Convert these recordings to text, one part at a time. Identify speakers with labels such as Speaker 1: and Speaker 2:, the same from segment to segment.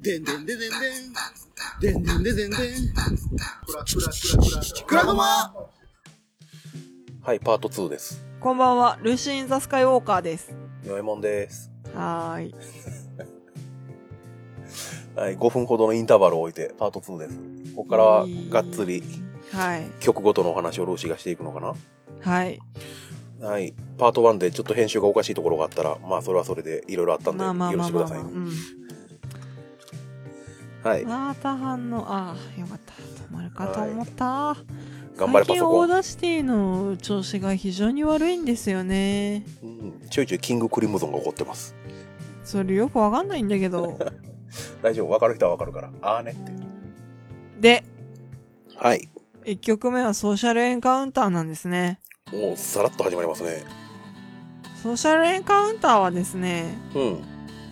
Speaker 1: でんでんでんでんでん。でんでんでんでんでん。くらくらくらくら。くらごま
Speaker 2: はい、パート2です。
Speaker 3: こんばんは、ルシー・イン・ザ・スカイ・ウォーカーです。
Speaker 2: よえもんです。
Speaker 3: はーい。
Speaker 2: はい、5分ほどのインターバルを置いて、パート2です。ここからは、がっつり、
Speaker 3: はい。
Speaker 2: 曲ごとのお話をルーシーがしていくのか
Speaker 3: はい。
Speaker 2: なはい、パート1でちょっと編集がおかしいところがあったら、まあ、それはそれでいろいろあったんで、
Speaker 3: まあまあ
Speaker 2: 許
Speaker 3: ま
Speaker 2: し
Speaker 3: あ
Speaker 2: てく
Speaker 3: まあ、
Speaker 2: だ
Speaker 3: ま
Speaker 2: さい
Speaker 3: あ。
Speaker 2: うね。
Speaker 3: ん。
Speaker 2: はい、
Speaker 3: また反応、ああ、よかった。止まるかと思った。
Speaker 2: 頑張れパ
Speaker 3: 最近
Speaker 2: ソ
Speaker 3: オ
Speaker 2: コ
Speaker 3: ー
Speaker 2: ン。
Speaker 3: ダーシティの調子が非常に悪いんですよね。
Speaker 2: うん、ちょいちょいキングクリムゾンが起こってます。
Speaker 3: それよくわかんないんだけ ど。
Speaker 2: 大丈夫、わかる人はわかるから。あーねって。
Speaker 3: で、
Speaker 2: はい、
Speaker 3: 1曲目はソーシャルエンカウンターなんですね。
Speaker 2: もうさらっと始まりますね。
Speaker 3: ソーシャルエンカウンターはですね、
Speaker 2: うん、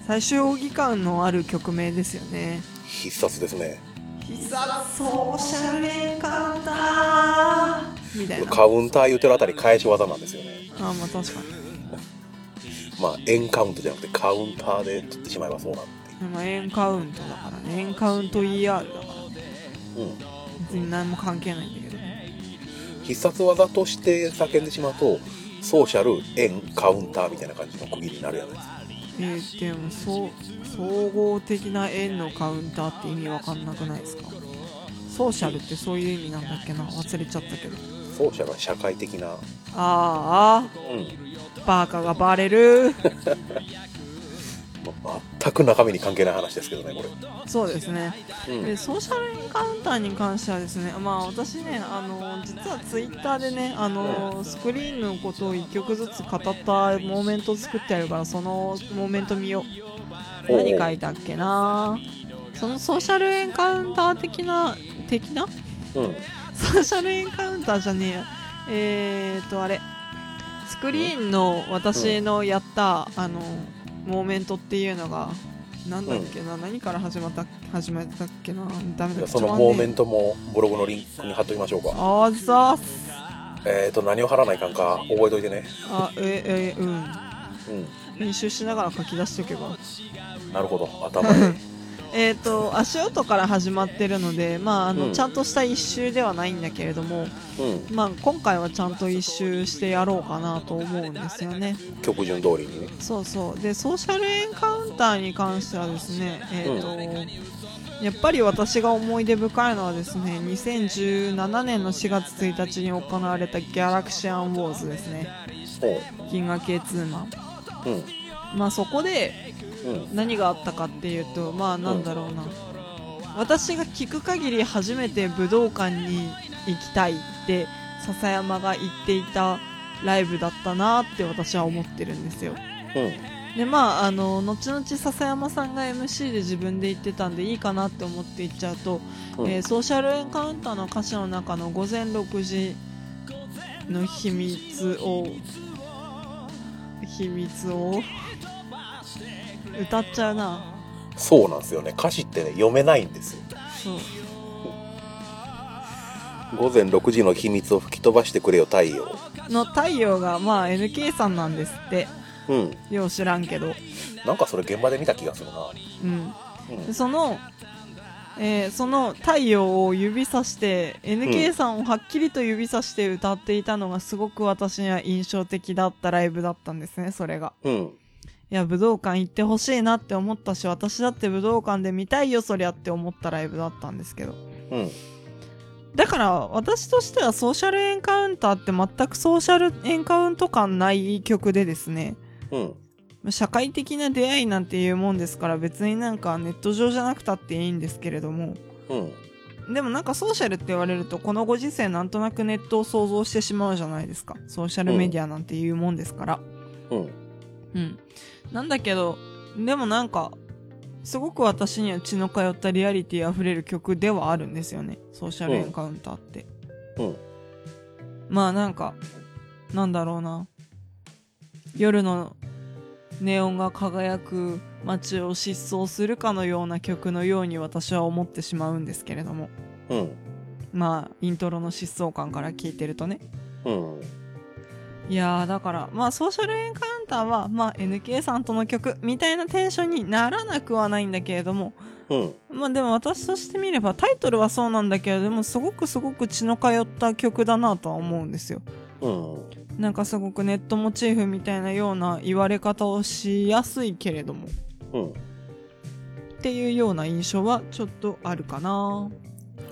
Speaker 3: 最終奥義感のある曲名ですよね。
Speaker 2: 必殺ですね。
Speaker 3: 必殺ソーシャルエンカウンターみたいな。
Speaker 2: カウンター言ってるあたり返し技なんですよね。
Speaker 3: あまあ確かに。
Speaker 2: まあ、エンカウントじゃなくてカウンターで取ってしまえばそうなんて
Speaker 3: でもエンカウントだからね。エンカウント ER だからね。
Speaker 2: いう。うん。
Speaker 3: 別に何も関係ないんだけど。
Speaker 2: 必殺技として叫んでしまうとソーシャルエンカウンターみたいな感じの区切りになるやつ
Speaker 3: えー、でもそう総合的な円のカウンターって意味わかんなくないですかソーシャルってそういう意味なんだっけな忘れちゃったけど
Speaker 2: ソーシャルは社会的な、
Speaker 3: あーあーバカがバレる
Speaker 2: まあ全く中身に関係ない話ですけどねこ
Speaker 3: そうですね
Speaker 2: れ、うん
Speaker 3: でソーシャルエンカウンターに関してはですねまあ私ねあの実はツイッターでねあのスクリーンのことを1曲ずつ語ったモーメントを作ってあるからそのモーメント見よう
Speaker 2: おう
Speaker 3: 何書いたっけなそのソーシャルエンカウンター的な的な
Speaker 2: うん
Speaker 3: ソー シャルエンカウンターじゃねえやえー、とあれスクリーンの私のやった、あのモーメントっていうのがなんだっけな、何から始まった始まったっけなダメ
Speaker 2: じゃあ
Speaker 3: だ
Speaker 2: そのモーメ
Speaker 3: ン
Speaker 2: ントもブログのリンクに貼っときましょうか
Speaker 3: あざっす
Speaker 2: えっ、ー、と何を貼らないかんか覚えといてね
Speaker 3: あええうん
Speaker 2: う
Speaker 3: 練習しながら書き出しておけば
Speaker 2: んなるほど頭で
Speaker 3: えー、と足音から始まってるので、まああの
Speaker 2: うん
Speaker 3: ちゃんとした一周ではないんだけれども、
Speaker 2: うん
Speaker 3: まあ、今回はちゃんと一周してやろうかなと思うんですよね。
Speaker 2: 曲順通りにね
Speaker 3: そうそうでソーシャルエンカウンターに関してはですね、えーとやっぱり私が思い出深いのはですね2017年の4月1日に行われたギャラクシアンウォーズですね
Speaker 2: ほ
Speaker 3: 銀河系ツーマン、
Speaker 2: ううん
Speaker 3: まあ、そこで
Speaker 2: うん
Speaker 3: 何があったかっていうとまあなんだろうな、私が聞く限り初めて武道館に行きたいって笹山が言っていたライブだったなって私は思ってるんですよ
Speaker 2: うん
Speaker 3: でまああの後々笹山さんが MC で自分で言ってたんでいいかなって思って行っちゃうと、
Speaker 2: うん
Speaker 3: えーソーシャルエンカウンターの歌詞の中の「午前6時の秘密を」秘密を歌っちゃうな
Speaker 2: そうなんですよね歌詞ってね読めないんですよ
Speaker 3: そう
Speaker 2: 午前6時の秘密を吹き飛ばしてくれよ太陽
Speaker 3: の太陽がまあ NK さんなんですって
Speaker 2: うん
Speaker 3: よう知らんけど、
Speaker 2: なんかそれ現場で見た気がするな。
Speaker 3: うん、
Speaker 2: うん
Speaker 3: でその、えーその太陽を指さして
Speaker 2: う
Speaker 3: NK
Speaker 2: ん
Speaker 3: さんをはっきりと指さして歌っていたのがすごく私には印象的だったライブだったんですねそれが
Speaker 2: うん。
Speaker 3: いや武道館行ってほしいなって思ったし私だって武道館で見たいよそりゃって思ったライブだったんですけど
Speaker 2: うん。
Speaker 3: だから私としてはソーシャルエンカウンターって全くソーシャルエンカウント感ない曲でですね、
Speaker 2: うん。
Speaker 3: 社会的な出会いなんていうもんですから別になんかネット上じゃなくたっていいんですけれども
Speaker 2: うん。
Speaker 3: でもなんかソーシャルって言われるとこのご時世なんとなくネットを想像してしまうじゃないですかソーシャルメディアなんていうもんですから
Speaker 2: うん。
Speaker 3: うん、なんだけどでもなんかすごく私には血の通ったリアリティあふれる曲ではあるんですよねソーシャルエンカウンターって、
Speaker 2: うん。
Speaker 3: まあなんかなんだろうな夜のネオンが輝く街を疾走するかのような曲のように私は思ってしまうんですけれども
Speaker 2: うん。
Speaker 3: まあイントロの疾走感から聞いてるとね
Speaker 2: うん。
Speaker 3: いやーだからまあソーシャルエンカウンターはまあ NK さんとの曲みたいなテンションにならなくはないんだけれども
Speaker 2: うん。
Speaker 3: まあでも私として見ればタイトルはそうなんだけれどもすごくすごく血の通った曲だなとは思うんですよ
Speaker 2: うん。
Speaker 3: なんかすごくネットモチーフみたいなような言われ方をしやすいけれども
Speaker 2: うん。
Speaker 3: っていうような印象はちょっとあるかな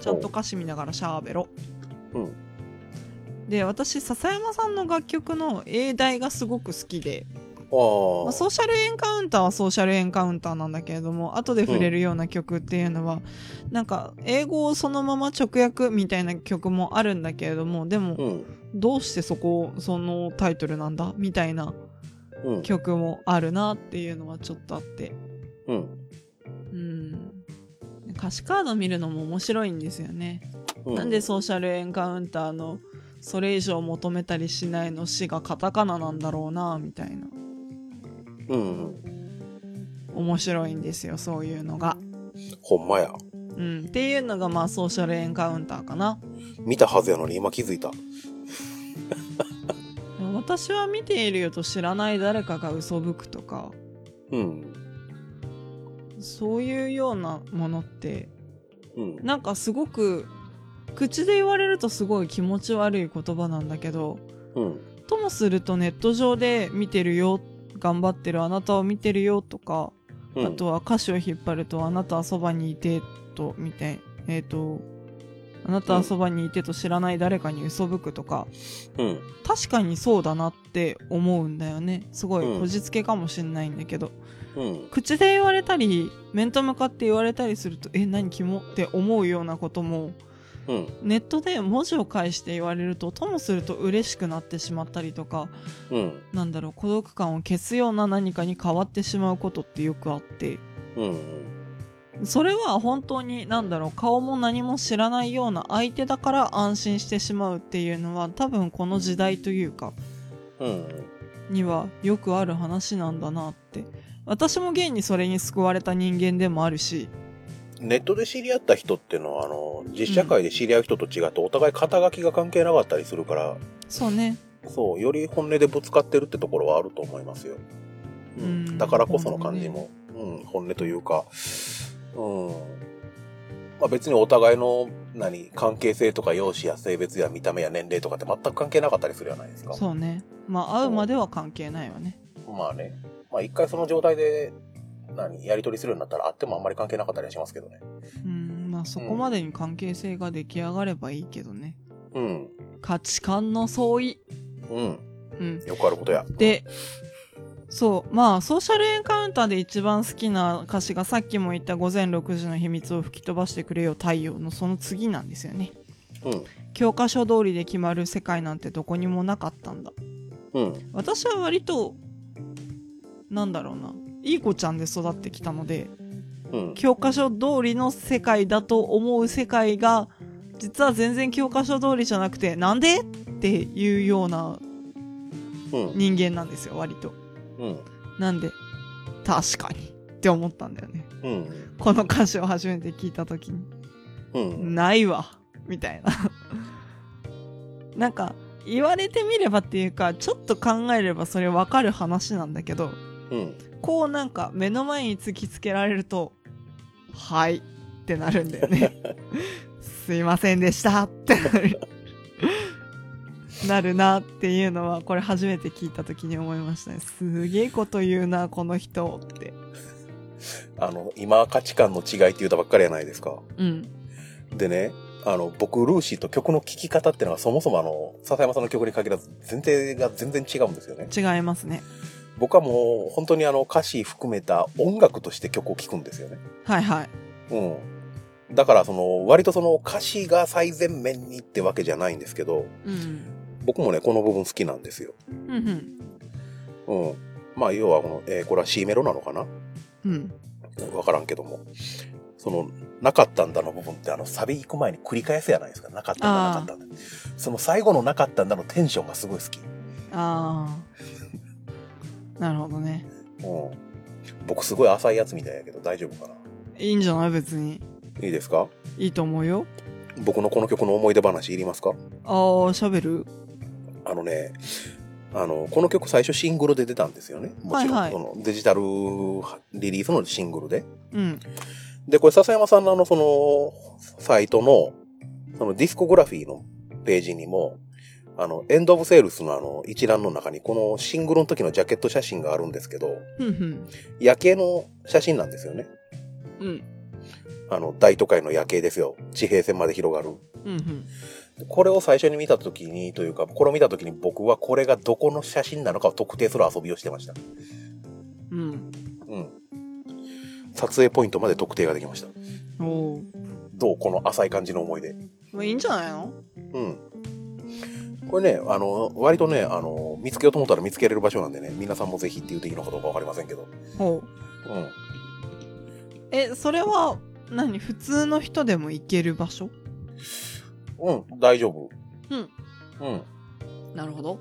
Speaker 3: ちゃんと歌詞見ながらシャーベロ
Speaker 2: うん。
Speaker 3: で私笹山さんの楽曲の英題がすごく好きで、ま
Speaker 2: あ
Speaker 3: あ
Speaker 2: あ。
Speaker 3: ソーシャルエンカウンターはソーシャルエンカウンターなんだけれども後で触れるような曲っていうのは、なんか英語をそのまま直訳みたいな曲もあるんだけれどもでも
Speaker 2: うん。
Speaker 3: どうしてそこそのタイトルなんだみたいな
Speaker 2: うん。
Speaker 3: 曲もあるなっていうのはちょっとあって
Speaker 2: うん。
Speaker 3: うん歌詞カード見るのも面白いんですよね
Speaker 2: うん。
Speaker 3: なんでソーシャルエンカウンターのそれ以上求めたりしないの死がカタカナなんだろうなみたいな
Speaker 2: うん。
Speaker 3: 面白いんですよそういうのが、
Speaker 2: ほんまや。
Speaker 3: うん、っていうのがまあソーシャルエンカウンターかな
Speaker 2: 見たはずやのに今気づいた。
Speaker 3: 私は見ているよと知らない誰かが嘘吹くとか
Speaker 2: うん。
Speaker 3: そういうようなものって
Speaker 2: うん。
Speaker 3: なんかすごく口で言われるとすごい気持ち悪い言葉なんだけど
Speaker 2: うん。
Speaker 3: ともするとネット上で見てるよ頑張ってるあなたを見てるよとか
Speaker 2: うん。
Speaker 3: あとは歌詞を引っ張ると「あなたはそばにいて」とみたいえっ、と「あなたはそばにいて」と知らない誰かに嘘吹くとか
Speaker 2: うん。
Speaker 3: 確かにそうだなって思うんだよねすごい
Speaker 2: うん
Speaker 3: こじつけかもしんないんだけど、
Speaker 2: うん。
Speaker 3: 口で言われたり面と向かって言われたりすると「え何キモ?」って思うようなことも
Speaker 2: うん。
Speaker 3: ネットで文字を介して言われるとともすると嬉しくなってしまったりとか
Speaker 2: うん。
Speaker 3: なんだろう孤独感を消すような何かに変わってしまうことってよくあって。
Speaker 2: うん。
Speaker 3: それは本当に何だろう顔も何も知らないような相手だから安心してしまうっていうのは多分この時代というか
Speaker 2: うん。
Speaker 3: にはよくある話なんだなって私も現にそれに救われた人間でもあるし
Speaker 2: ネットで知り合った人っていうのは、あの、実社会で知り合う人と違って、お互い肩書きが関係なかったりするから、
Speaker 3: そうね
Speaker 2: そう、より本音でぶつかってるってところはあると思いますよ。う
Speaker 3: うん
Speaker 2: ん。だからこその感じも、うん、本音というか、うん。まあ別にお互いの、何、関係性とか容姿や性別や見た目や年齢とかって全く関係なかったりするじゃないですか。
Speaker 3: そうねまあ会うまでは関係ないわね
Speaker 2: まあね。まあ一回その状態で、何、やり取りするようになったら、あってもあんまり関係なかったりはしますけどね。
Speaker 3: うんまあそこまでに関係性が出来上がればいいけどね
Speaker 2: うん。
Speaker 3: 価値観の相違
Speaker 2: うん。
Speaker 3: うん
Speaker 2: よくあることや。
Speaker 3: で、そう、まあ、ソーシャルエンカウンターで一番好きな歌詞がさっきも言った午前6時の秘密を吹き飛ばしてくれよ太陽のその次なんですよね。
Speaker 2: うん。
Speaker 3: 教科書通りで決まる世界なんてどこにもなかったんだ。
Speaker 2: うん。
Speaker 3: 私は割と、なんだろうな、いい子ちゃんで育ってきたので、
Speaker 2: うん。
Speaker 3: 教科書通りの世界だと思う世界が、実は全然教科書通りじゃなくて、なんでっていうよう
Speaker 2: う
Speaker 3: な
Speaker 2: ん。
Speaker 3: 人間なんですよ、割と。
Speaker 2: うん。
Speaker 3: なんで、確かにって思ったんだよね。
Speaker 2: うん。
Speaker 3: この歌詞を初めて聞いた時に、
Speaker 2: うん。
Speaker 3: ないわみたいな。 なんか、言われてみればっていうか、ちょっと考えればそれわかる話なんだけど、
Speaker 2: うん。
Speaker 3: こうなんか目の前に突きつけられると、はいってなるんだよね。 すいませんでしたってなる。 なるなっていうのは、これ初めて聞いた時に思いましたね。すげえこと言うな、この人って。
Speaker 2: あの、今価値観の違いって言うたばっかりじゃないですか。
Speaker 3: うん。
Speaker 2: でね、あの、僕、ルーシーと曲の聴き方ってのはそもそもあの、笹山さんの曲に限らず、前提が全然違うんですよね。
Speaker 3: 違いますね。
Speaker 2: 僕はもう、本当にあの、歌詞含めた音楽として曲を聴くんですよね。
Speaker 3: はいはい。
Speaker 2: うん。だから、その、割とその、歌詞が最前面にってわけじゃないんですけど、
Speaker 3: うん。
Speaker 2: 僕もね、この部分好きなんですよ。
Speaker 3: うんうん。
Speaker 2: うん。まあ、要はこの、えーこれは C メロなのかな
Speaker 3: うん。
Speaker 2: わからんけども。その、なかったんだの部分って、あの、サビ行く前に繰り返すやないですか。なかったんだ、
Speaker 3: あー
Speaker 2: なかったんだ。その最後のなかったんだのテンションがすごい好き。
Speaker 3: ああ。なるほどね。
Speaker 2: うん。僕すごい浅いやつみたいやけど大丈夫か
Speaker 3: いいんじゃない別に。
Speaker 2: ないいですか
Speaker 3: いいと思うよ。
Speaker 2: 僕のこの曲の思い出話いりますか
Speaker 3: ああ、喋る
Speaker 2: あのね、あの、この曲最初シングルで出たんですよね。もちろん、
Speaker 3: はいはい
Speaker 2: そのデジタルリリースのシングルで。
Speaker 3: うん。
Speaker 2: で、これ笹山さんのあの、その、サイトの、そのディスコグラフィーのページにも、あの、エンド・オブ・セールスのあの、一覧の中に、このシングルの時のジャケット写真があるんですけど、
Speaker 3: ふんふん。
Speaker 2: 夜景の写真なんですよね。
Speaker 3: うん。
Speaker 2: あの、大都会の夜景ですよ。地平線まで広がる。
Speaker 3: うんふん。
Speaker 2: これを最初に見た時に、というか、これを見た時に僕はこれがどこの写真なのかを特定する遊びをしてました。
Speaker 3: うん。
Speaker 2: うん。撮影ポイントまで特定ができました。
Speaker 3: おお。
Speaker 2: どうこの浅い感じの思い出。
Speaker 3: まあいいんじゃないの
Speaker 2: うん。これね、あの、割とね、あの、見つけようと思ったら見つけれる場所なんでね、皆さんもぜひって言っていいのかどうかわかりませんけど。
Speaker 3: ほう。
Speaker 2: うん。
Speaker 3: え、それは、何普通の人でも行ける場所
Speaker 2: うん、大丈夫。
Speaker 3: うん。
Speaker 2: うん。
Speaker 3: なるほど。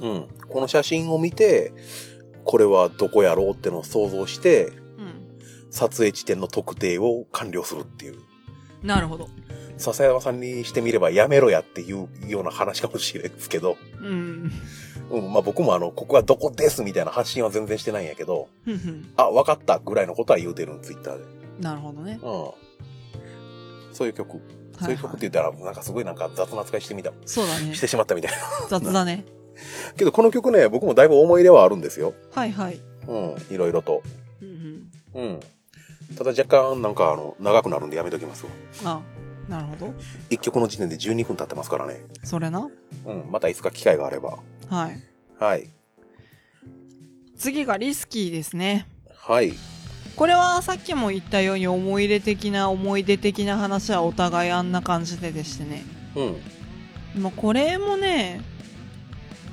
Speaker 2: うん。この写真を見て、これはどこやろうってのを想像して、
Speaker 3: うん。
Speaker 2: 撮影地点の特定を完了するっていう。
Speaker 3: なるほど。
Speaker 2: 笹山さんにしてみればやめろやっていうような話かもしれないですけど、
Speaker 3: うん。
Speaker 2: うん、まあ僕もあの、ここはどこですみたいな発信は全然してないんやけど、
Speaker 3: ふんふん。
Speaker 2: あ、わかったぐらいのことは言うてるん、ツイッターで。
Speaker 3: なるほどね。
Speaker 2: うん。そういう曲。そう
Speaker 3: はい
Speaker 2: いう曲って言ったら、なんかすごいなんか雑な扱いしてみた、
Speaker 3: そう だね
Speaker 2: し。てしまったみたいな。
Speaker 3: 雑だね。
Speaker 2: けどこの曲ね、僕もだいぶ思い入れはあるんですよ。
Speaker 3: はいはい。
Speaker 2: うん、いろいろと。
Speaker 3: うんうん。
Speaker 2: うん。ただ若干なんかあの、長くなるんでやめときますわ。
Speaker 3: あ、なるほど。
Speaker 2: 一曲の時点で12分経ってますからね。
Speaker 3: それな。
Speaker 2: うん、またいつか機会があれば。
Speaker 3: はい。
Speaker 2: はい。
Speaker 3: 次がリスキーですね。
Speaker 2: はい。
Speaker 3: これはさっきも言ったように思い入れ的な思い出的な話はお互いあんな感じででしてね。
Speaker 2: うん。
Speaker 3: まあこれもね、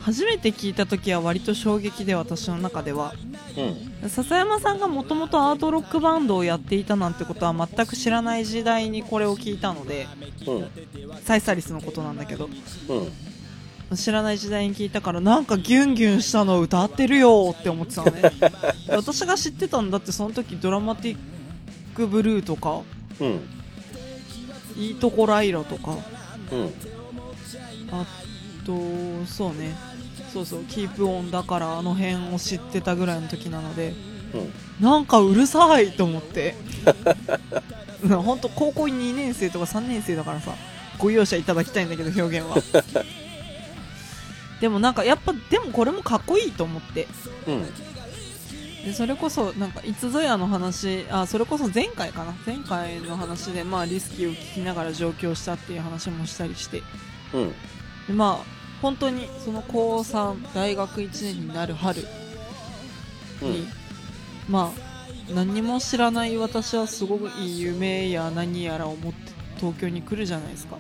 Speaker 3: 初めて聞いた時は割と衝撃で私の中では。
Speaker 2: うん。
Speaker 3: 笹山さんがもともとアートロックバンドをやっていたなんてことは全く知らない時代にこれを聞いたので、
Speaker 2: うん。
Speaker 3: サイサリスのことなんだけど、
Speaker 2: うん。
Speaker 3: 知らない時代に聞いたからなんかギュンギュンしたの歌ってるよって思ってたのね私が知ってたんだってその時ドラマティックブルーとか
Speaker 2: うん。
Speaker 3: いいとこライラとか
Speaker 2: うん。
Speaker 3: あとそうねそうそうキープオンだからあの辺を知ってたぐらいの時なので
Speaker 2: うん。
Speaker 3: なんかうるさいと思って本当高校2年生とか3年生だからさご容赦いただきたいんだけど表現はでもなんかやっぱでもこれもかっこいいと思って
Speaker 2: うん。
Speaker 3: でそれこそなんかいつぞやの話あそれこそ前回かな前回の話でまあリスキーを聞きながら上京したっていう話もしたりして
Speaker 2: うん。
Speaker 3: でまあ本当にその高3大学1年になる春に、まあ何も知らない私はすごくいい夢や何やらを持って東京に来るじゃないですか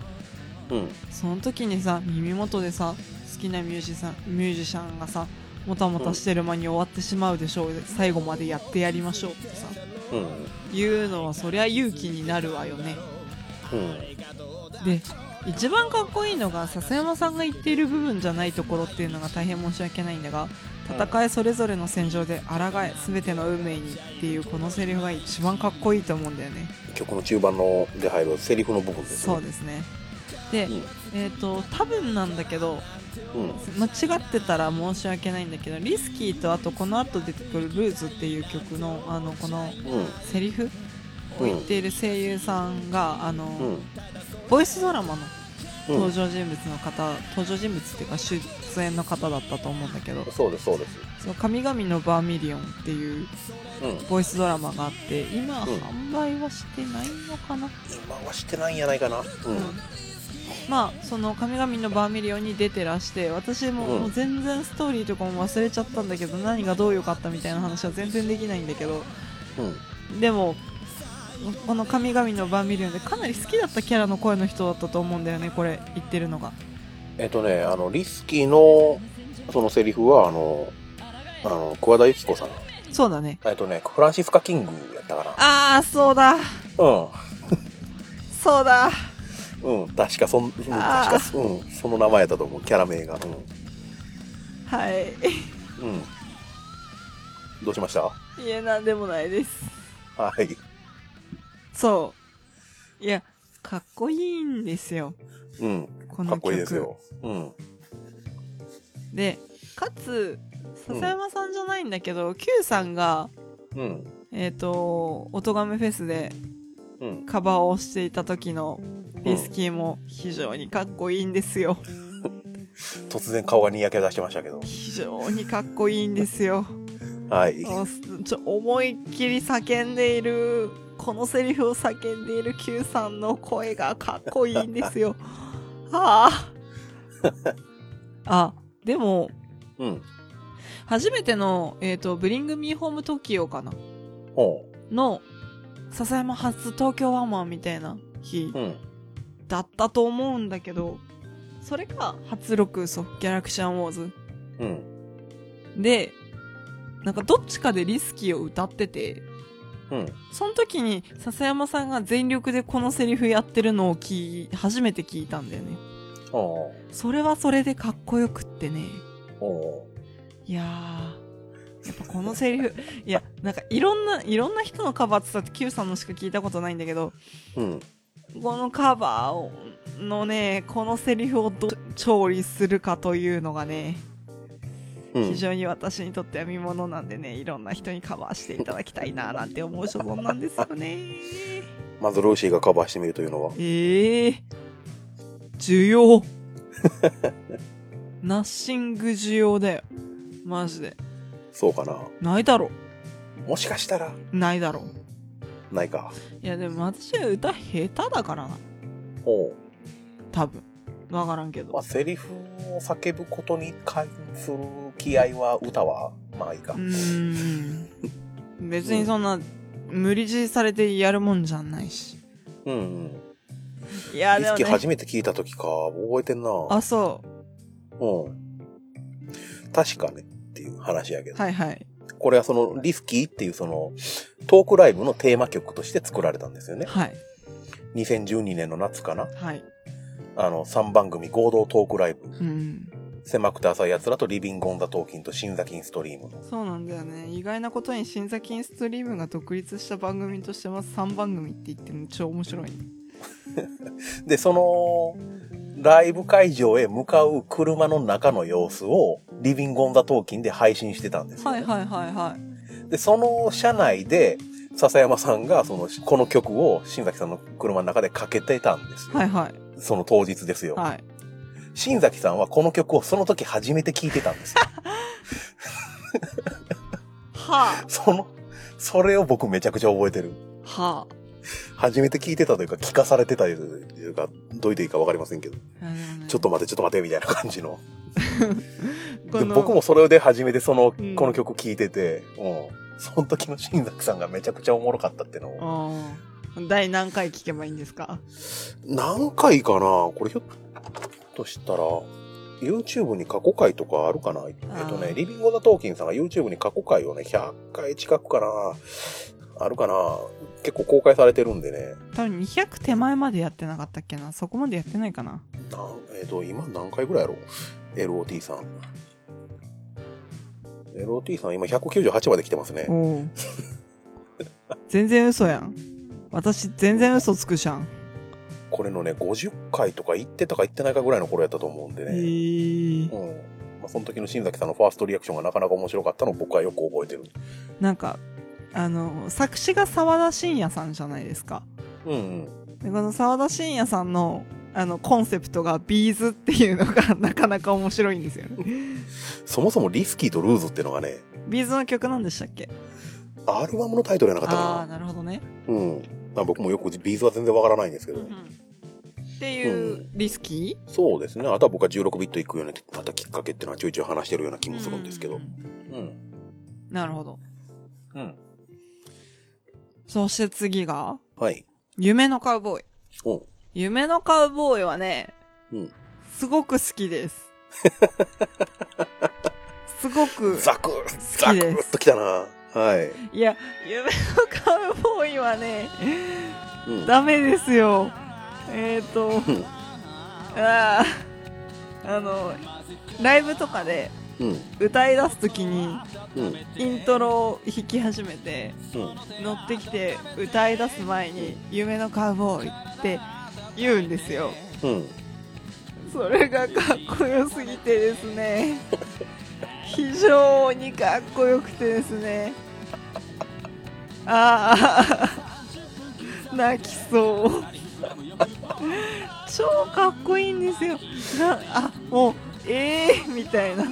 Speaker 2: うん。
Speaker 3: その時にさ耳元でさ好きなミュージシャンミュージシャンがさもたもたしてる間に終わってしまうでしょう、最後までやってやりましょうってさ
Speaker 2: うん。
Speaker 3: 言うのはそりゃ勇気になるわよね
Speaker 2: うん。
Speaker 3: で一番かっこいいのが笹山さんが言っている部分じゃないところっていうのが大変申し訳ないんだが戦えそれぞれの戦場で抗え全ての運命にっていうこのセリフが一番かっこいいと思うんだよね
Speaker 2: 曲の中盤ので入るセリフの部分ですね。
Speaker 3: そうですねで
Speaker 2: うん
Speaker 3: えっ、と多分なんだけど
Speaker 2: うん。
Speaker 3: 間違ってたら申し訳ないんだけどリスキーとあとこの後出てくる「ルーズ」っていう曲のあのこの
Speaker 2: うん。
Speaker 3: セリフを言っている声優さんがあの、
Speaker 2: うん。
Speaker 3: ボイスドラマの
Speaker 2: うん
Speaker 3: 登場人物の方、登場人物っていうか出演の方だったと思うんだけど
Speaker 2: そうです、そうです。
Speaker 3: 「その神々のバーミリオン」っていう
Speaker 2: うん。
Speaker 3: ボイスドラマがあって今、
Speaker 2: うん
Speaker 3: 販売はしてないのかな、
Speaker 2: 今はしてないんやないかな。う
Speaker 3: うん
Speaker 2: ん。
Speaker 3: まあその神々のバーミリオンに出てらして私も,、
Speaker 2: うん
Speaker 3: もう全然ストーリーとかも忘れちゃったんだけど何がどう良かったみたいな話は全然できないんだけど
Speaker 2: うん。
Speaker 3: でもこの神々のバーミリオンでかなり好きだったキャラの声の人だったと思うんだよねこれ言ってるのが
Speaker 2: えっとね、あの、リスキーの、そのセリフは、あの、あの、桑田由紀子さん。
Speaker 3: そうだね
Speaker 2: えっとね、フランシスカ・キングやったかな。
Speaker 3: ああそうだそうだ
Speaker 2: うん。うん。確か、そん、うん確
Speaker 3: あー
Speaker 2: か、うん。その名前やったと思う、キャラ名が。う
Speaker 3: はい
Speaker 2: ん。う ん。どうしました
Speaker 3: いやなんでもないです
Speaker 2: はい。
Speaker 3: そういやかっこいいんですよ
Speaker 2: うん。
Speaker 3: この曲
Speaker 2: かっこいいですよ。うん。
Speaker 3: でかつ笹山さんじゃないんだけど、Q さんが
Speaker 2: うん。
Speaker 3: えっ、と、おとがめフェスで、
Speaker 2: うん。
Speaker 3: カバーをしていた時のビスキーも非常にかっこいいんですよ。
Speaker 2: 突然顔がにやけ出してましたけど。
Speaker 3: 非常にかっこいいんですよ。
Speaker 2: はい。
Speaker 3: もうちょ思いっきり叫んでいるこのセリフを叫んでいる Q さんの声がかっこいいんですよ。はあ。あでも
Speaker 2: うん。
Speaker 3: 初めての「えー、とブリング・ミー・ホーム・トキオ」かな
Speaker 2: ほ
Speaker 3: の笹山初東京ワンマンみたいな日
Speaker 2: う。うん。
Speaker 3: だったと思うんだけどそれが初録ソフギャラクシャン・ウォーズ
Speaker 2: うん。
Speaker 3: でなんかどっちかでリスキーを歌ってて
Speaker 2: うん。
Speaker 3: その時に笹山さんが全力でこのセリフやってるのを聞い初めて聞いたんだよね
Speaker 2: ほ
Speaker 3: それはそれでかっこよくってね
Speaker 2: う。ほ
Speaker 3: いやーやっぱこのセリフ いやなんかいろんないろんな人のカバーって言ったって Q さんのしか聞いたことないんだけど
Speaker 2: う。うん。
Speaker 3: このカバーをのねこのセリフをどう調理するかというのがね
Speaker 2: う
Speaker 3: 非
Speaker 2: ん。
Speaker 3: 常に私にとっては見ものなんでねいろんな人にカバーしていただきたいななんて思う所存なんですよね
Speaker 2: まずルーシーがカバーしてみるというのは。
Speaker 3: ええ需要 ナッシング需要だよマジで
Speaker 2: そうかな。
Speaker 3: ないだろ
Speaker 2: もしかしたら、
Speaker 3: ないだろ
Speaker 2: ないか。
Speaker 3: いやでも私は歌下手だからな
Speaker 2: ほ
Speaker 3: 多分わからんけ
Speaker 2: う。まあ、
Speaker 3: ど
Speaker 2: セリフを叫ぶことに関する気合は、歌は、まあいいか
Speaker 3: う。ーん別にそんな無理強いされてやるもんじゃないし
Speaker 2: うん。うん。
Speaker 3: いや
Speaker 2: 意
Speaker 3: でも、
Speaker 2: 識
Speaker 3: ね、
Speaker 2: 初めて聞いた時か、覚えてんな。
Speaker 3: あそ
Speaker 2: うん。確かねっていう話やけ
Speaker 3: う
Speaker 2: ど、
Speaker 3: はいはい
Speaker 2: これはそのリスキーっていうそのトークライブのテーマ曲として作られたんですよね。
Speaker 3: はい
Speaker 2: 2012年の夏かな
Speaker 3: はい
Speaker 2: あの3番組合同トークライブ。
Speaker 3: うん
Speaker 2: 狭くて浅い奴らとリビング・オン・ザ・トーキンと新座金ストリームの。
Speaker 3: そうなんだよね意外なことに新座金ストリームが独立した番組としてまず3番組って言ってるの超面白いね
Speaker 2: で、そのライブ会場へ向かう車の中の様子をリビング・オン・ザ・トーキンで配信してたんですよ、
Speaker 3: は
Speaker 2: ね
Speaker 3: いはいはいはい
Speaker 2: で、その車内で笹山さんがそのこの曲を新崎さんの車の中でかけてたんですよ。
Speaker 3: はいはい
Speaker 2: その当日ですよ。
Speaker 3: はい
Speaker 2: 新崎さんはこの曲をその時初めて聴いてたんですよ。
Speaker 3: は
Speaker 2: その、それを僕めちゃくちゃ覚えてる。
Speaker 3: あは
Speaker 2: 初めて聴いてたというか、聞かされてたというか、どう言っていいかわかりませんけど、
Speaker 3: あ、いやでもね
Speaker 2: ちょっと待って、ちょっと待って、みたいな感じの。
Speaker 3: こ
Speaker 2: で
Speaker 3: の
Speaker 2: 僕もそれで初めてその、
Speaker 3: うん
Speaker 2: この曲聴いてて、うん。その時の新崎さんがめちゃくちゃおもろかったっていうのを、
Speaker 3: うん第何回聞けばいいんですか
Speaker 2: 何回かなこれひょっとしたら、YouTube に過去回とかあるかなえっと
Speaker 3: あー
Speaker 2: ね、リビング・オンザ・トーキンさんが YouTube に過去回をね、100回近くかなあるかな結構公開されてるんでね。
Speaker 3: 多分200手前までやってなかったっけなそこまでやってないかな
Speaker 2: なんえっ、と、今何回ぐらいやろう ?LOT さん。LOT さん今198まで来てますね
Speaker 3: お。お う全然嘘やん私全然嘘つくじゃん
Speaker 2: これのね、50回とか行ってたか行ってないかぐらいの頃やったと思うんで
Speaker 3: へえ
Speaker 2: ね。うん。まあ、その時の新崎さんのファーストリアクションがなかなか面白かったのを僕はよく覚えてる。
Speaker 3: なんかあの作詞が沢田信也さんじゃないですか
Speaker 2: うんうん。
Speaker 3: でこの沢田信也さんのあのコンセプトがビーズっていうのが なかなか面白いんですよね
Speaker 2: そもそもリスキーとルーズっていうのがね、
Speaker 3: ビーズの曲なんでしたっけ
Speaker 2: アルバムのタイトルやなかった
Speaker 3: ああ
Speaker 2: か
Speaker 3: ーなるほどね、
Speaker 2: な。うん。まあ僕もよくビーズは全然わからないんですけど。
Speaker 3: っていうリスキー
Speaker 2: そうですね。あとは僕は16ビット行くようになったきっかけっていうのはちょいちょい話してるような気もするんですけど
Speaker 3: う。
Speaker 2: うん。
Speaker 3: なるほど
Speaker 2: うん。
Speaker 3: そして次が
Speaker 2: はい。
Speaker 3: 夢のカウボーイ
Speaker 2: うん。
Speaker 3: 夢のカウボーイはね、
Speaker 2: うん
Speaker 3: すごく好き です。すごく、
Speaker 2: ザクッザクッときたな。はい。
Speaker 3: いや、夢のカウボーイはね、
Speaker 2: うん。
Speaker 3: ダメですよ。えっ、ー、と、
Speaker 2: うん
Speaker 3: あーあの、ライブとかで
Speaker 2: うん。
Speaker 3: 歌い出すときに、
Speaker 2: うん。
Speaker 3: イントロを弾き始めて、
Speaker 2: うん。
Speaker 3: 乗ってきて歌い出す前に、夢のカウボーイって言うんですよ。
Speaker 2: うん。
Speaker 3: それがかっこよすぎてですね非常にかっこよくてですねああ泣きそう 超かっこいいんですよなあもうええー、みたいな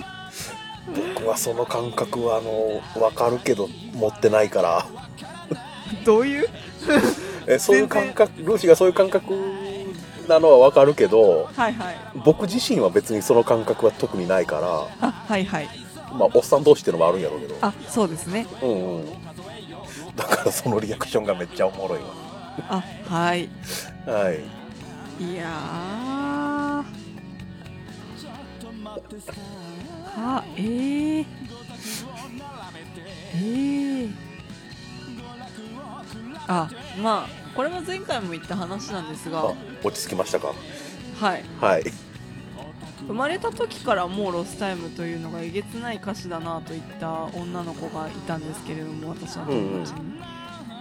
Speaker 2: 僕はその感覚はあの分かるけど持ってない から
Speaker 3: どういう
Speaker 2: えそういう感覚ルーシーがそういう感覚なのは分かるけど
Speaker 3: はいはい
Speaker 2: 僕自身は別にその感覚は特にないか
Speaker 3: あはいはい
Speaker 2: らまあおっさん同士ってのもあるんやろうけど
Speaker 3: あそうですね
Speaker 2: うんうんだからそのリアクションがめっちゃおもろい
Speaker 3: あはい
Speaker 2: わはい
Speaker 3: いやーあえー、えー、あまあこれも前回も言った話なんです
Speaker 2: あ
Speaker 3: が
Speaker 2: 落ち着きましたか
Speaker 3: はい
Speaker 2: はい
Speaker 3: 生まれた時からもうロスタイムというのがえげつない歌詞だなといった女の子がいたんですけれども私の友達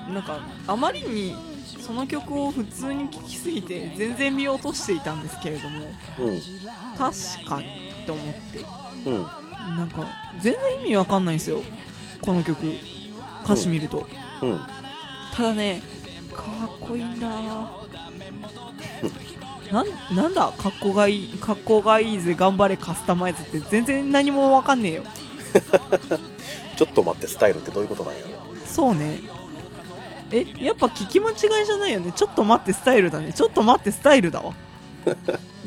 Speaker 3: に、なんかあまりにその曲を普通に聴きすぎて全然見落としていたんですけれども
Speaker 2: うん
Speaker 3: 確かにと思って
Speaker 2: うん
Speaker 3: なんか全然意味わかんないんですよこの曲歌詞見ると、
Speaker 2: うん
Speaker 3: ただねかっこいいんだな なんなんだかっこがいいかっこがいいぜ頑張れカスタマイズって全然何もわかんねえよ
Speaker 2: ちょっと待ってスタイルってどういうことなんやろ
Speaker 3: そうねえやっぱ聞き間違いじゃないよねちょっと待ってスタイルだねちょっと待ってスタイルだ わ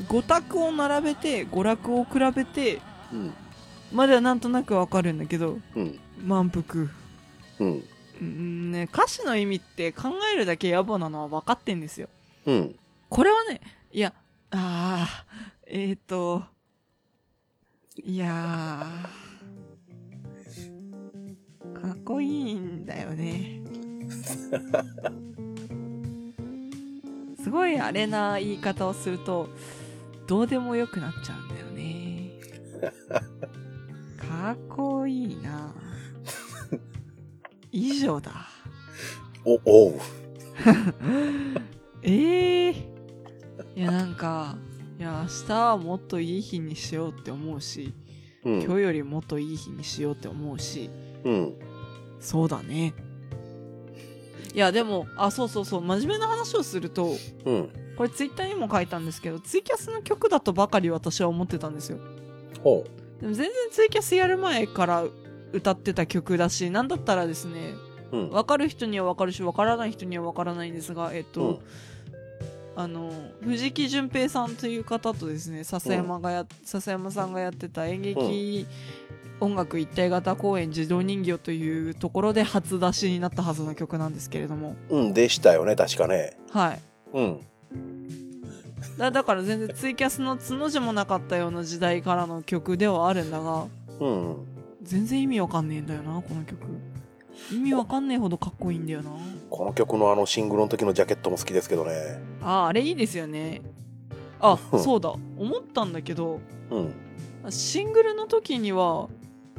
Speaker 3: 五択を並べて娯楽を比べて
Speaker 2: うん
Speaker 3: まではなんとなくわかるんだけど
Speaker 2: うん
Speaker 3: 満腹
Speaker 2: うん
Speaker 3: うんね、歌詞の意味って考えるだけ野暮なのは分かってんですよ。
Speaker 2: うん
Speaker 3: これはね、いや、ああ、えっ、ー、と、いやー、かっこいいんだよね。すごいあれな言い方をすると、どうでもよくなっちゃうんだよね。かっこいいな。以上だ。
Speaker 2: おおう
Speaker 3: ええいやなんかいや明日はもっといい日にしようって思うし
Speaker 2: うん
Speaker 3: 今日よりもっといい日にしようって思うし
Speaker 2: うん
Speaker 3: そうだねいやでもあそうそうそう真面目な話をすると
Speaker 2: うん
Speaker 3: これツイッターにも書いたんですけどツイキャスの曲だとばかり私は思ってたんですよ
Speaker 2: ほ
Speaker 3: でも全然ツイキャスやる前から歌ってた曲だしなんだったらですね
Speaker 2: ううん
Speaker 3: 分かる人には分かるし分からない人には分からないんですがえっと、
Speaker 2: うん
Speaker 3: あの藤木淳平さんという方とですね笹山がや、笹山さんがやってた演劇、音楽一体型公演「児童人形」というところで初出しになったはずの曲なんですけれども
Speaker 2: うんでしたよね確かね
Speaker 3: はい
Speaker 2: うん
Speaker 3: だだから全然ツイキャスの「つ」の字もなかったような時代からの曲ではあるんだが
Speaker 2: うんうん
Speaker 3: 全然意味わかんねえんだよなこの曲意味わかんねえほどかっこいいんだよな
Speaker 2: この曲のあのシングルの時のジャケットも好きですけどね
Speaker 3: あああれいいですよねあそうだ思ったんだけど
Speaker 2: うん
Speaker 3: シングルの時には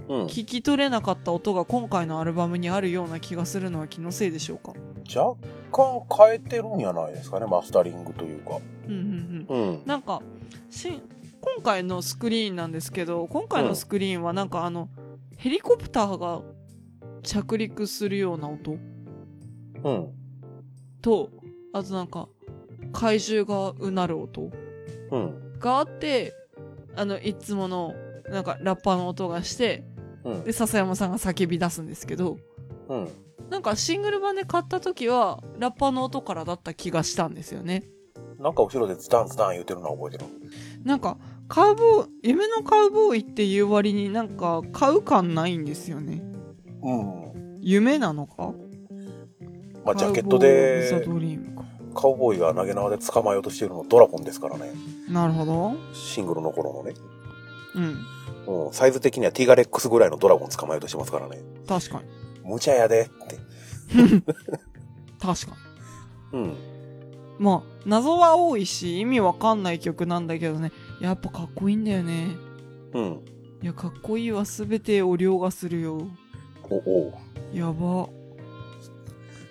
Speaker 2: うん
Speaker 3: 聞き取れなかった音が今回のアルバムにあるような気がするのは気のせいでしょうか
Speaker 2: 若干変えてるんじゃないですかねマスタリングというか
Speaker 3: うんうんうん
Speaker 2: うん
Speaker 3: なんかし今回のスクリーンなんですけど今回のスクリーンはなんかあの、ヘリコプターが着陸するような音
Speaker 2: うん
Speaker 3: とあとなんか怪獣がうなる音
Speaker 2: うん
Speaker 3: があってあのいつものなんかラッパーの音がして
Speaker 2: うん
Speaker 3: で笹山さんが叫び出すんですけど
Speaker 2: うん
Speaker 3: なんかシングル版で買った時はラッパーの音からだった気がしたんですよね
Speaker 2: なんか後ろでズタンズタン言うてるのは覚えてる
Speaker 3: なんかカウボーイ夢のカウボーイっていう割になんか買う感ないんですよね
Speaker 2: うん
Speaker 3: 夢なのか、
Speaker 2: まあジャケット
Speaker 3: カウボーイ
Speaker 2: で
Speaker 3: ザドリームか
Speaker 2: カウボーイが投げ縄で捕まえようとしてるのドラゴンですからね
Speaker 3: なるほど
Speaker 2: シングルの頃のね、
Speaker 3: うん
Speaker 2: うん、サイズ的にはティガレックスぐらいのドラゴン捕まえようとしてますからね
Speaker 3: 確かに
Speaker 2: 無茶やでって
Speaker 3: 確かに
Speaker 2: うん
Speaker 3: まあ謎は多いし意味わかんない曲なんだけどねやっぱかっこいいんだよね
Speaker 2: うん
Speaker 3: いやかっこいいは全てを凌駕するよ
Speaker 2: おおう
Speaker 3: やば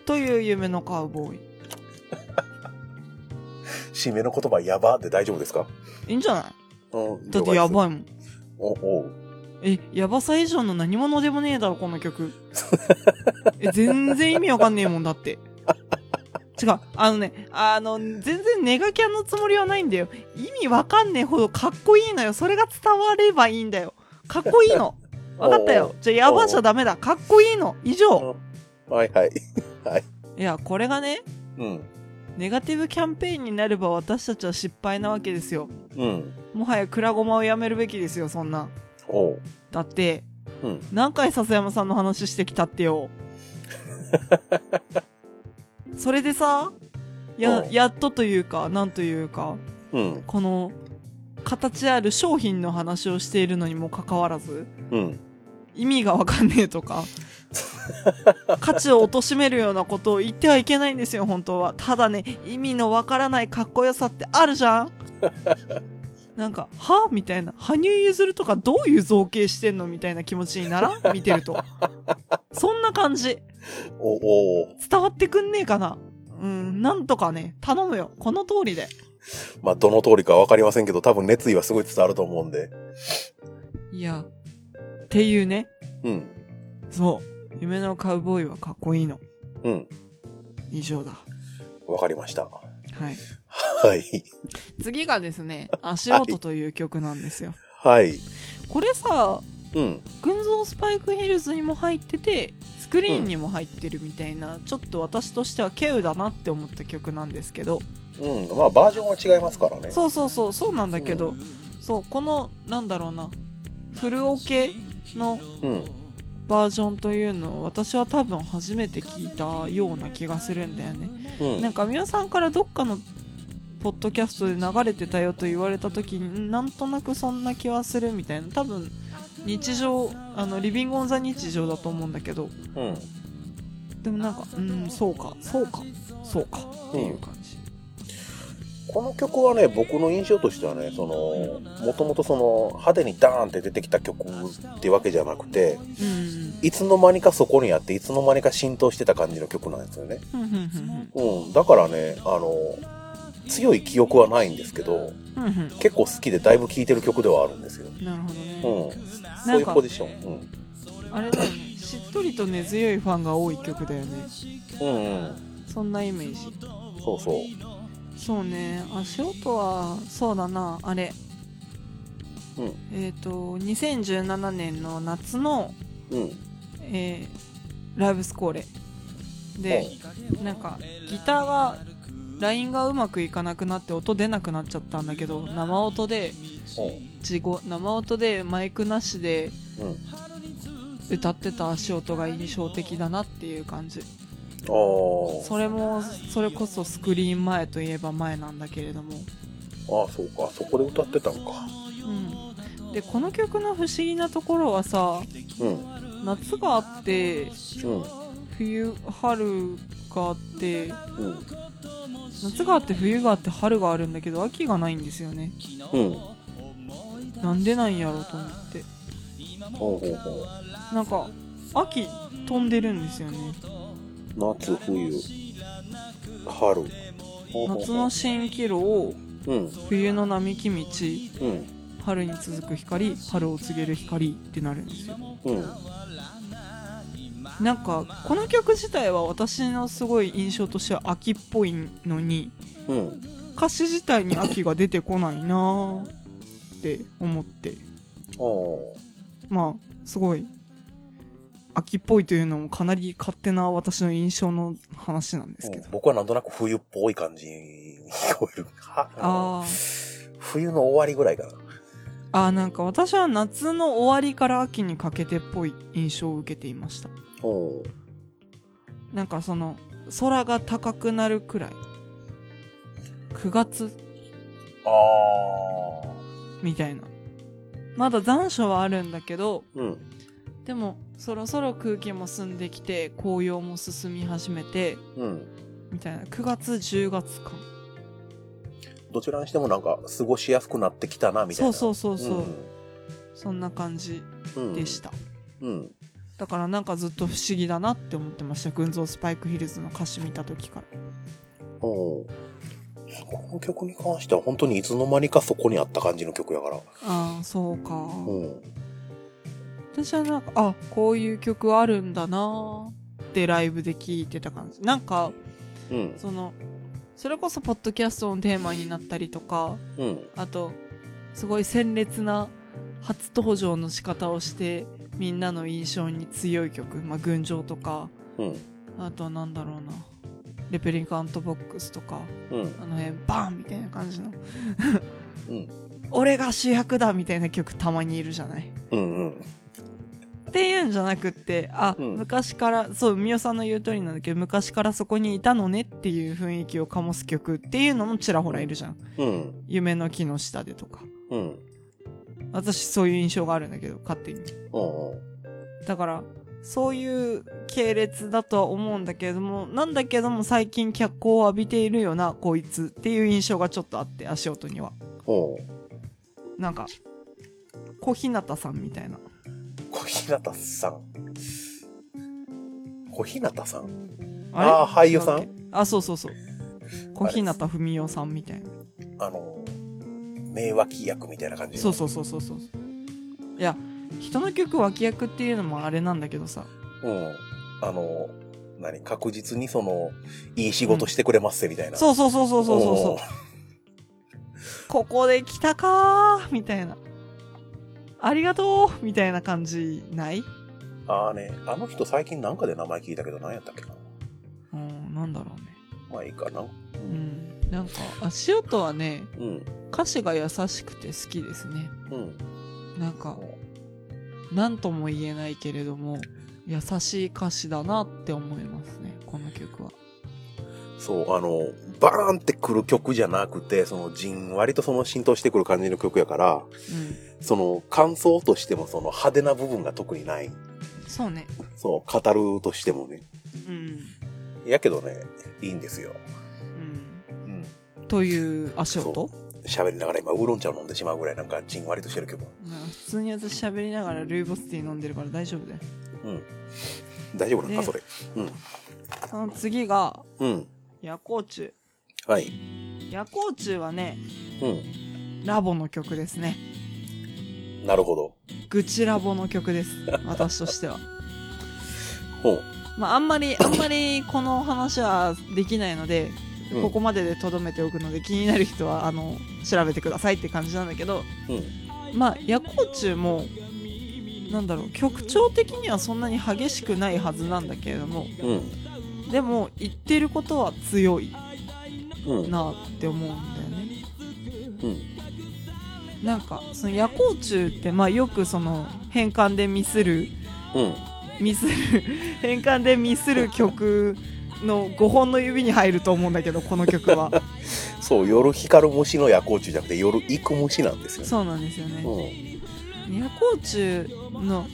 Speaker 3: という夢のカウボーイ
Speaker 2: 締めの言葉やばで大丈夫ですか
Speaker 3: いいんじゃない
Speaker 2: うん
Speaker 3: だってやば
Speaker 2: い
Speaker 3: いもん
Speaker 2: おおう
Speaker 3: えやばさ以上の何者でもねえだろこの曲え全然意味わかんねえもんだって違う、あのね、あの、全然ネガキャンのつもりはないんだよ。意味わかんねえほどかっこいいのよ。それが伝わればいいんだよ。かっこいいの。わかったよ。じゃあ、やばじゃダメだ。かっこいいの。以上。
Speaker 2: はいはい。
Speaker 3: いや、これがね、
Speaker 2: うん。
Speaker 3: ネガティブキャンペーンになれば私たちは失敗なわけですよ。
Speaker 2: うん。
Speaker 3: もはやクラゴマをやめるべきですよ、そんな。
Speaker 2: おう。
Speaker 3: だって、
Speaker 2: うん。
Speaker 3: 何回笹山さんの話してきたっ てよ。それでさ、や
Speaker 2: う、ん
Speaker 3: やっとというか、なんというか、
Speaker 2: うん。
Speaker 3: この、形ある商品の話をしているのにもかかわらず、
Speaker 2: うん。
Speaker 3: 意味がわかんねえとか、価値を貶めるようなことを言ってはいけないんですよ、本当は。ただね、意味のわからないかっこよさってあるじゃんなんか、はみたいな。羽生結弦とかどういう造形してんのみたいな気持ちにならん見てると。そんな感じ。
Speaker 2: おおう。
Speaker 3: 伝わってくんねえかなうん、なんとかね、頼むよ。この通りで。
Speaker 2: まあ、どの通りかわかりませんけど、多分熱意はすごい伝わると思うんで。
Speaker 3: いや、っていうね。
Speaker 2: うん。
Speaker 3: そう。夢のカウボーイはかっこいいの。
Speaker 2: うん。
Speaker 3: 以上だ。
Speaker 2: わかりました。
Speaker 3: はい。
Speaker 2: はい。
Speaker 3: 次がですね、足音という曲なんですよ。
Speaker 2: はい。
Speaker 3: これさ、
Speaker 2: うん。
Speaker 3: 群像スパイクヒルズにも入ってて、スクリーンにも入ってるみたいな、ちょっと私としては稀有だなって思った曲なんですけど、
Speaker 2: うん。まあ、バージョンは違いますからね。
Speaker 3: そうそうそう、そうなんだけど、そう、この、なんだろうな、フルオケの
Speaker 2: うん。
Speaker 3: バージョンというのを私は多分初めて聞いたような気がするんだよね。
Speaker 2: うん。
Speaker 3: なんか皆さんからどっかのポッドキャストで流れてたよと言われた時にんなんとなくそんな気はするみたいな多分日常あのリビング・オン・ザ・日常だと思うんだけど
Speaker 2: うん。
Speaker 3: でもなんかうんそうかそうかそうかっていう感じ、
Speaker 2: この曲はね、僕の印象としてはね、その、もともとその、派手にダーンって出てきた曲ってわけじゃなくて、
Speaker 3: うん
Speaker 2: いつの間にかそこにあって、いつの間にか浸透してた感じの曲なんですよね。
Speaker 3: ふんふんふん
Speaker 2: うん。だからね、あの、強い記憶はないんですけど、
Speaker 3: ふんふん
Speaker 2: 結構好きでだいぶ聴いてる曲ではあるんですよ。
Speaker 3: ふんなるほどね、
Speaker 2: うん。
Speaker 3: な
Speaker 2: そうんいう
Speaker 3: か
Speaker 2: ポジション。
Speaker 3: あれだよねしっとりと根強いファンが多い曲だよね
Speaker 2: うん。うんうん。
Speaker 3: そんなイメージ
Speaker 2: そうそう。
Speaker 3: そうね足音はそうだなあれ
Speaker 2: うん。
Speaker 3: えっ、と2017年の夏の
Speaker 2: うん。
Speaker 3: えーライブスコーレでなんかギターがラインがうまくいかなくなって音出なくなっちゃったんだけど生音で地声生音でマイクなしで
Speaker 2: うん。うん。
Speaker 3: 歌ってた足音が印象的だなっていう感じ
Speaker 2: あー
Speaker 3: それもそれこそスクリーン前といえば前なんだけれども、
Speaker 2: あー、そうか。そこで歌ってたのか。
Speaker 3: うん、でこの曲の不思議なところはさ
Speaker 2: うん。
Speaker 3: 夏があって
Speaker 2: うん。
Speaker 3: 冬春があって
Speaker 2: うん。
Speaker 3: 夏があって冬があって春があるんだけど秋がないんですよね
Speaker 2: うん。
Speaker 3: なんでなんやろうと思って
Speaker 2: ほうほうほ
Speaker 3: なんか秋飛んでるんですよね
Speaker 2: う。夏、冬、春。ほうほう
Speaker 3: 夏
Speaker 2: ほ
Speaker 3: の新気楼を
Speaker 2: ううん。
Speaker 3: 冬の並木道
Speaker 2: うん。
Speaker 3: 春に続く光春を告げる光ってなるんですよ
Speaker 2: うん。
Speaker 3: なんかこの曲自体は私のすごい印象としては秋っぽいのに
Speaker 2: うん。
Speaker 3: 歌詞自体に秋が出てこないなーって思って
Speaker 2: お
Speaker 3: まあ、すごい、秋っぽいというのもかなり勝手な私の印象の話なんですけど。
Speaker 2: 僕はなんとなく冬っぽい感じに 聞こえる。は
Speaker 3: あ
Speaker 2: 冬の終わりぐらいかな。
Speaker 3: あ、あーなんか私は夏の終わりから秋にかけてっぽい印象を受けていました。
Speaker 2: お
Speaker 3: なんかその、空が高くなるくらい。9月
Speaker 2: ああ。
Speaker 3: みたいな。まだ残暑はあるんだけど、
Speaker 2: うん。
Speaker 3: でもそろそろ空気も澄んできて、紅葉も進み始めて、
Speaker 2: うん。
Speaker 3: みたいな。9月、10月間。
Speaker 2: どちらにしてもなんか過ごしやすくなってきたな、みたい
Speaker 3: そ
Speaker 2: な。
Speaker 3: うそううそうそう。
Speaker 2: ん
Speaker 3: そんな感じ
Speaker 2: うん
Speaker 3: でし。た。
Speaker 2: うん。
Speaker 3: だからなんかずっと不思議だなって思ってました群像スパイクヒルズの歌詞見た時から
Speaker 2: おーこの曲に関しては本当にいつの間にかそこにあった感じの曲やから。
Speaker 3: ああそうか
Speaker 2: うん。
Speaker 3: 私はなんかあこういう曲あるんだなーってライブで聴いてた感じなんか
Speaker 2: うん
Speaker 3: そのそれこそポッドキャストのテーマになったりとか
Speaker 2: うん
Speaker 3: あとすごい鮮烈な初登場の仕方をしてみんなの印象に強い曲「まあ、群青」とか
Speaker 2: うん
Speaker 3: あとはなんだろうな「レプリカントボックス」とか
Speaker 2: うん
Speaker 3: あの辺バンみたいな感じの
Speaker 2: うん
Speaker 3: 「俺が主役だ」みたいな曲たまにいるじゃない。
Speaker 2: うん
Speaker 3: っていうんじゃなくってあ、
Speaker 2: うん
Speaker 3: 昔からそうみおさんの言う通りなんだけど昔からそこにいたのねっていう雰囲気を醸す曲っていうのもちらほらいるじゃん
Speaker 2: うん
Speaker 3: 「夢の木の下で」とか
Speaker 2: うん
Speaker 3: 私そういう印象があるんだけど勝手に
Speaker 2: おう
Speaker 3: だからそういう系列だとは思うんだけれどもなんだけども最近脚光を浴びているよなこいつっていう印象がちょっとあって足音には
Speaker 2: おう
Speaker 3: なんか小日向さんみたいな
Speaker 2: 小日向さん小日向さん
Speaker 3: あれ
Speaker 2: あー俳優さん
Speaker 3: 違うっけあそうそうそう小日向文世さんみたいな
Speaker 2: あの名脇役みたいな感じ
Speaker 3: そうそうそうそうそういや人の曲脇役っていうのもあれなんだけどさ
Speaker 2: うんあの何確実にそのいい仕事してくれますせみたいな
Speaker 3: そうそうそうそうそうそう
Speaker 2: おう
Speaker 3: ここで来たかーみたいなありがとうみたいな感じない
Speaker 2: ああねあの人最近なんかで名前聞いたけど何やったっけな
Speaker 3: うんなんだろうね
Speaker 2: まあいいかな
Speaker 3: う、んなんか足音はね
Speaker 2: うん
Speaker 3: 歌詞が優しくて好きですね
Speaker 2: うん
Speaker 3: なんか何とも言えないけれども優しい歌詞だなって思いますねこの曲は
Speaker 2: そう、あの、バーンってくる曲じゃなくて、そのじんわりとその浸透してくる感じの曲やから、
Speaker 3: う
Speaker 2: その感想としてもその派手な部分が特にない。
Speaker 3: んそうね
Speaker 2: そう、語るとしてもね。
Speaker 3: うん
Speaker 2: やけどね、いいんですよ。う。
Speaker 3: うんんという足音
Speaker 2: 喋りながら今、ウーロン茶を飲んでしまうぐらいなんかじんわりとしてる曲。
Speaker 3: なんか普通に私喋りながらルイボスティー飲んでるから大丈夫だよ
Speaker 2: うん。大丈夫なんか、
Speaker 3: ね
Speaker 2: それ。
Speaker 3: その次が
Speaker 2: うん。
Speaker 3: 夜光虫
Speaker 2: はい。
Speaker 3: 夜光虫はね
Speaker 2: う
Speaker 3: ラボの曲ですね
Speaker 2: ん。なるほど。
Speaker 3: 愚痴ラボの曲です私としては
Speaker 2: ほう。
Speaker 3: まああんまりあんまりこの話はできないので
Speaker 2: うん
Speaker 3: ここまででとどめておくので気になる人はあの調べてくださいって感じなんだけど
Speaker 2: うん。
Speaker 3: まあ夜光虫もなんだろう曲調的にはそんなに激しくないはずなんだけれども
Speaker 2: うん。
Speaker 3: でも言ってることは強い
Speaker 2: うん。
Speaker 3: なって思うんだよね
Speaker 2: うん。
Speaker 3: なんかその夜光虫ってまあよくその変換でミスる
Speaker 2: うん。
Speaker 3: ミスる変換でミスる曲の5本の指に入ると思うんだけどこの曲は
Speaker 2: そう、夜光る虫の夜光虫じゃなくて、夜行く虫なんですよね。
Speaker 3: そうなんですよね
Speaker 2: うん。
Speaker 3: 夜光虫の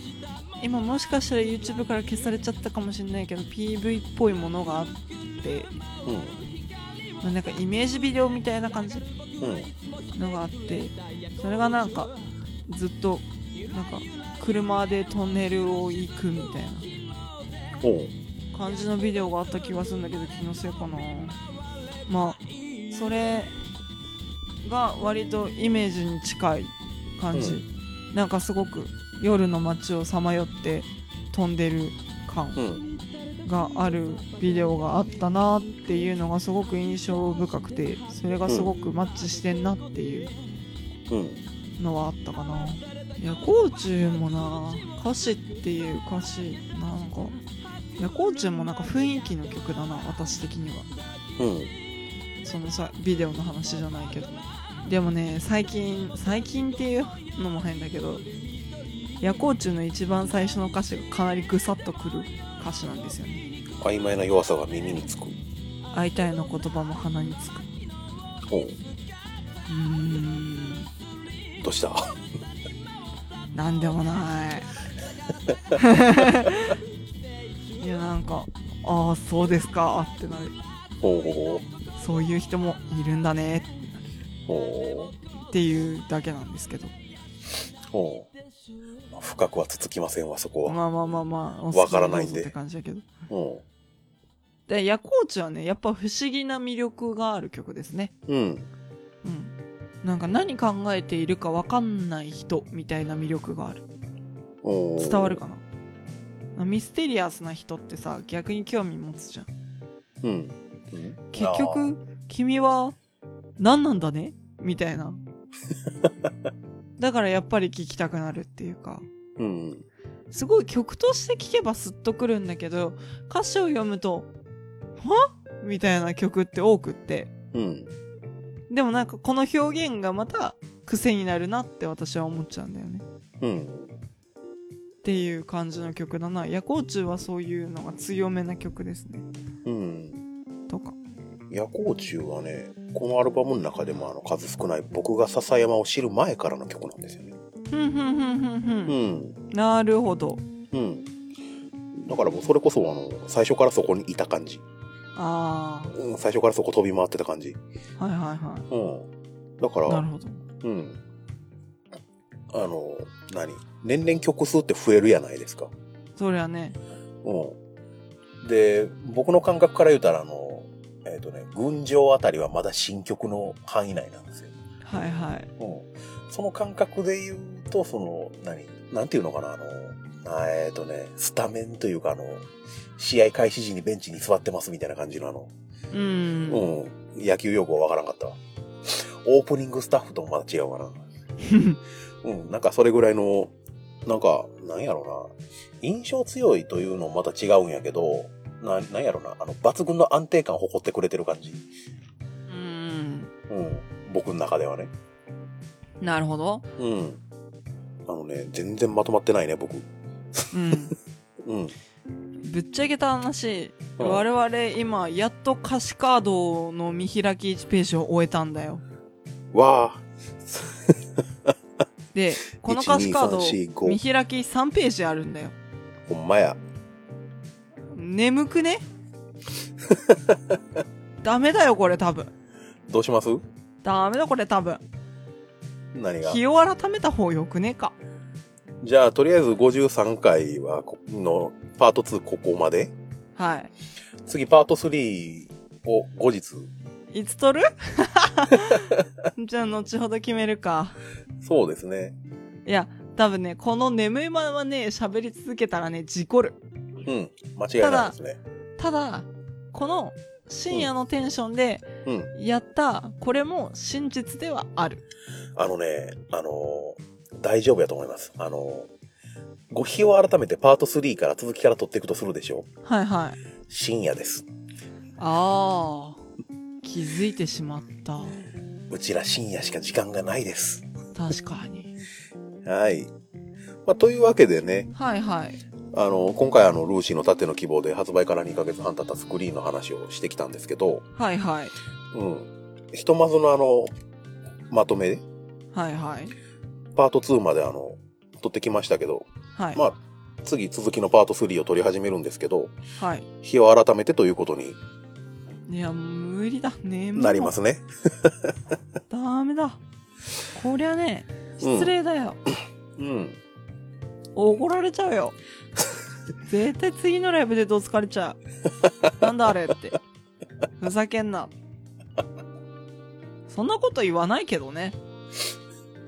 Speaker 3: 今もしかしたら YouTube から消されちゃったかもしれないけど PV っぽいものがあって、まあなんかイメージビデオみたいな感じ
Speaker 2: うん。うん。
Speaker 3: のがあってそれがなんかずっとなんか車でトンネルを行くみたい
Speaker 2: おう
Speaker 3: な感じのビデオがあった気がするんだけど気のせいかなまあそれが割とイメージに近い感じ、
Speaker 2: う
Speaker 3: なんかすごく夜の街をさまよって飛んでる感
Speaker 2: うん
Speaker 3: があるビデオがあったなっていうのがすごく印象深くてそれがすごくマッチしてんなっていう
Speaker 2: うん
Speaker 3: のはあったかな夜光虫もな歌詞っていう歌詞なんか夜光虫もなんか雰囲気の曲だな私的には
Speaker 2: うん
Speaker 3: そのさビデオの話じゃないけどでもね最近最近っていうのも変だけど夜光虫の一番最初の歌詞がかなりぐさっとくる歌詞なんですよね
Speaker 2: 曖昧な弱さが耳につく
Speaker 3: 会いたいの言葉も鼻につく
Speaker 2: おう
Speaker 3: うーん
Speaker 2: どうした
Speaker 3: なんで もないいやなんかああそうですかってなる
Speaker 2: おう
Speaker 3: そういう人もいるんだね
Speaker 2: おう
Speaker 3: っていうだけなんですけど
Speaker 2: おうまあ深くはつつきませんわそこは
Speaker 3: まあまあまあまあ
Speaker 2: わからないんで
Speaker 3: お好きにどうぞって感じだけど
Speaker 2: おう
Speaker 3: で夜光地はねやっぱ不思議な魅力がある曲ですね
Speaker 2: うん
Speaker 3: うんなんか何考えているか分かんない人みたいな魅力がある
Speaker 2: おう
Speaker 3: 伝わるかなまあミステリアスな人ってさ逆に興味持つじゃん
Speaker 2: うんうん
Speaker 3: 結局君は何なんだねみたいなだからやっぱり聞きたくなるっていうか
Speaker 2: うん
Speaker 3: すごい曲として聴けばスッとくるんだけど歌詞を読むと「はみたいな曲って多くって
Speaker 2: うん
Speaker 3: でもなんかこの表現がまた癖になるなって私は思っちゃうんだよね
Speaker 2: うん
Speaker 3: っていう感じの曲だな夜光虫はそういうのが強めな曲ですね
Speaker 2: うん
Speaker 3: とか
Speaker 2: 夜光虫はねこのアルバムの中でもあの数少ない僕が笹山を知る前からの曲なんですよね
Speaker 3: ふんふんふんふんふ
Speaker 2: うんん
Speaker 3: なるほど
Speaker 2: うんだからもうそれこそあの最初からそこにいた感じ、
Speaker 3: あ
Speaker 2: うん、最初からそこ飛び回ってた感じ
Speaker 3: あはいはいは
Speaker 2: うんだから
Speaker 3: いなるほど
Speaker 2: うん。あの、何年々曲数って増えるやないですか。
Speaker 3: そりゃね
Speaker 2: うん。で、僕の感覚から言うたら、あの、えっ、とね、群青あたりはまだ新曲の範囲内なんですよ。
Speaker 3: はいはい
Speaker 2: うん。その感覚で言うと、その、何なんていうのかな、あの、あえっ、とね、スタメンというか、あの、試合開始時にベンチに座ってますみたいな感じのあの、
Speaker 3: うん
Speaker 2: うん、野球用語はわからんかったわ。オープニングスタッフともまた違うか な。うん、なんかそれぐらいの、なんか、なんやろな、印象強いというのもまた違うんやけど、ななんやろな、あの、抜群の安定感を誇ってくれてる感じ。
Speaker 3: うん
Speaker 2: うん、僕の中ではね。
Speaker 3: なるほど
Speaker 2: うん。あのね、全然まとまってないね、僕。
Speaker 3: うん
Speaker 2: うん。
Speaker 3: ぶっちゃけた話、
Speaker 2: うん
Speaker 3: 我々今やっと歌詞カードの見開き1ページを終えたんだよ
Speaker 2: わあ。
Speaker 3: でこの歌詞カード
Speaker 2: 1 2 3 4 5
Speaker 3: 見開き3ページあるんだよ
Speaker 2: ほんまや。
Speaker 3: 眠くねダメだよこれ多分
Speaker 2: どうします
Speaker 3: ダメだこれ多分
Speaker 2: 何が
Speaker 3: 日を改めた方よくねか
Speaker 2: じゃあ、とりあえず53回はこ、の、パート2ここまで。
Speaker 3: はい
Speaker 2: 次、パート3を後日。
Speaker 3: いつ撮る じゃあ後ほど決めるか
Speaker 2: そうですね。
Speaker 3: いや多分ねこの眠いままね喋り続けたらね事故る
Speaker 2: うん。間違いないですね。
Speaker 3: ただこの深夜のテンションで
Speaker 2: うん。
Speaker 3: やったこれも真実ではある
Speaker 2: あのね、あのー大丈夫やと思います。あのーご日を改めてパート3から続きから取っていくとするでしょ
Speaker 3: はいはい
Speaker 2: 深夜です。
Speaker 3: ああ気づいてしまった
Speaker 2: うちら深夜しか時間がないです。
Speaker 3: 確かに
Speaker 2: はい。まあ、というわけでね、
Speaker 3: はいはい
Speaker 2: あのー今回あの、ルーシーの盾の希望で発売から2ヶ月半経ったスクリーンの話をしてきたんですけど、
Speaker 3: はいはい
Speaker 2: うん。ひとまずのあの、まとめ、
Speaker 3: はいはい
Speaker 2: パート2まであの、取ってきましたけど、
Speaker 3: はい、
Speaker 2: まあ、次続きのパート3を取り始めるんですけど、
Speaker 3: はい
Speaker 2: 日を改めてということに
Speaker 3: いや無理だ眠い
Speaker 2: なりますね。
Speaker 3: ダメだこりゃね失礼だよ、
Speaker 2: うん。
Speaker 3: 怒られちゃうよ絶対次のライブでどつかれちゃうなんだあれってふざけんなそんなこと言わないけどね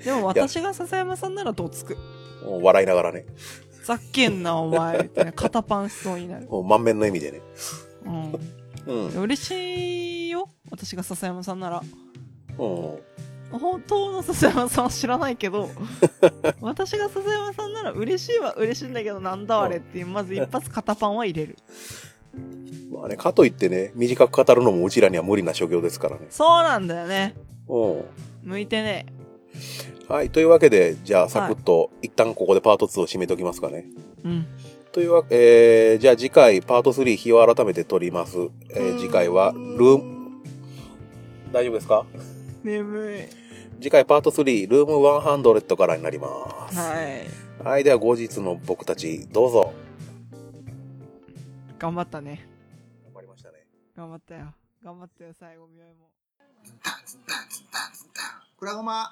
Speaker 3: でも私が笹山さんならどつく
Speaker 2: もう笑いながらね。
Speaker 3: ふざけんなお前みたいな肩パンしそうになる
Speaker 2: もう満面の意味でね。
Speaker 3: うん
Speaker 2: うん。
Speaker 3: 嬉しいよ私が笹山さんなら
Speaker 2: うん。
Speaker 3: 本当の笹山さんは知らないけど私が笹山さんなら嬉しいは嬉しいんだけどなんだあれっていうまず一発肩パンは入れる
Speaker 2: まあね、かといってね、短く語るのもうちらには無理な所業ですからね。
Speaker 3: そうなんだよね
Speaker 2: う
Speaker 3: 向いてね
Speaker 2: ん。はい。というわけで、じゃあ、サクッと、一旦ここでパート2を締めときますかね。
Speaker 3: うん
Speaker 2: というわけ、えー、じゃあ次回、パート3、日を改めて取ります。えー次回は、ルーム、大丈夫ですか
Speaker 3: 眠
Speaker 2: 次回パート3、ルーム100からになりま
Speaker 3: い
Speaker 2: す。
Speaker 3: はい
Speaker 2: はい。では、後日の僕たち、どうぞ。
Speaker 3: 頑張ったね
Speaker 2: 頑張りましたね。
Speaker 3: 頑張ったよ頑張ったよ最後見合いも
Speaker 1: くらごま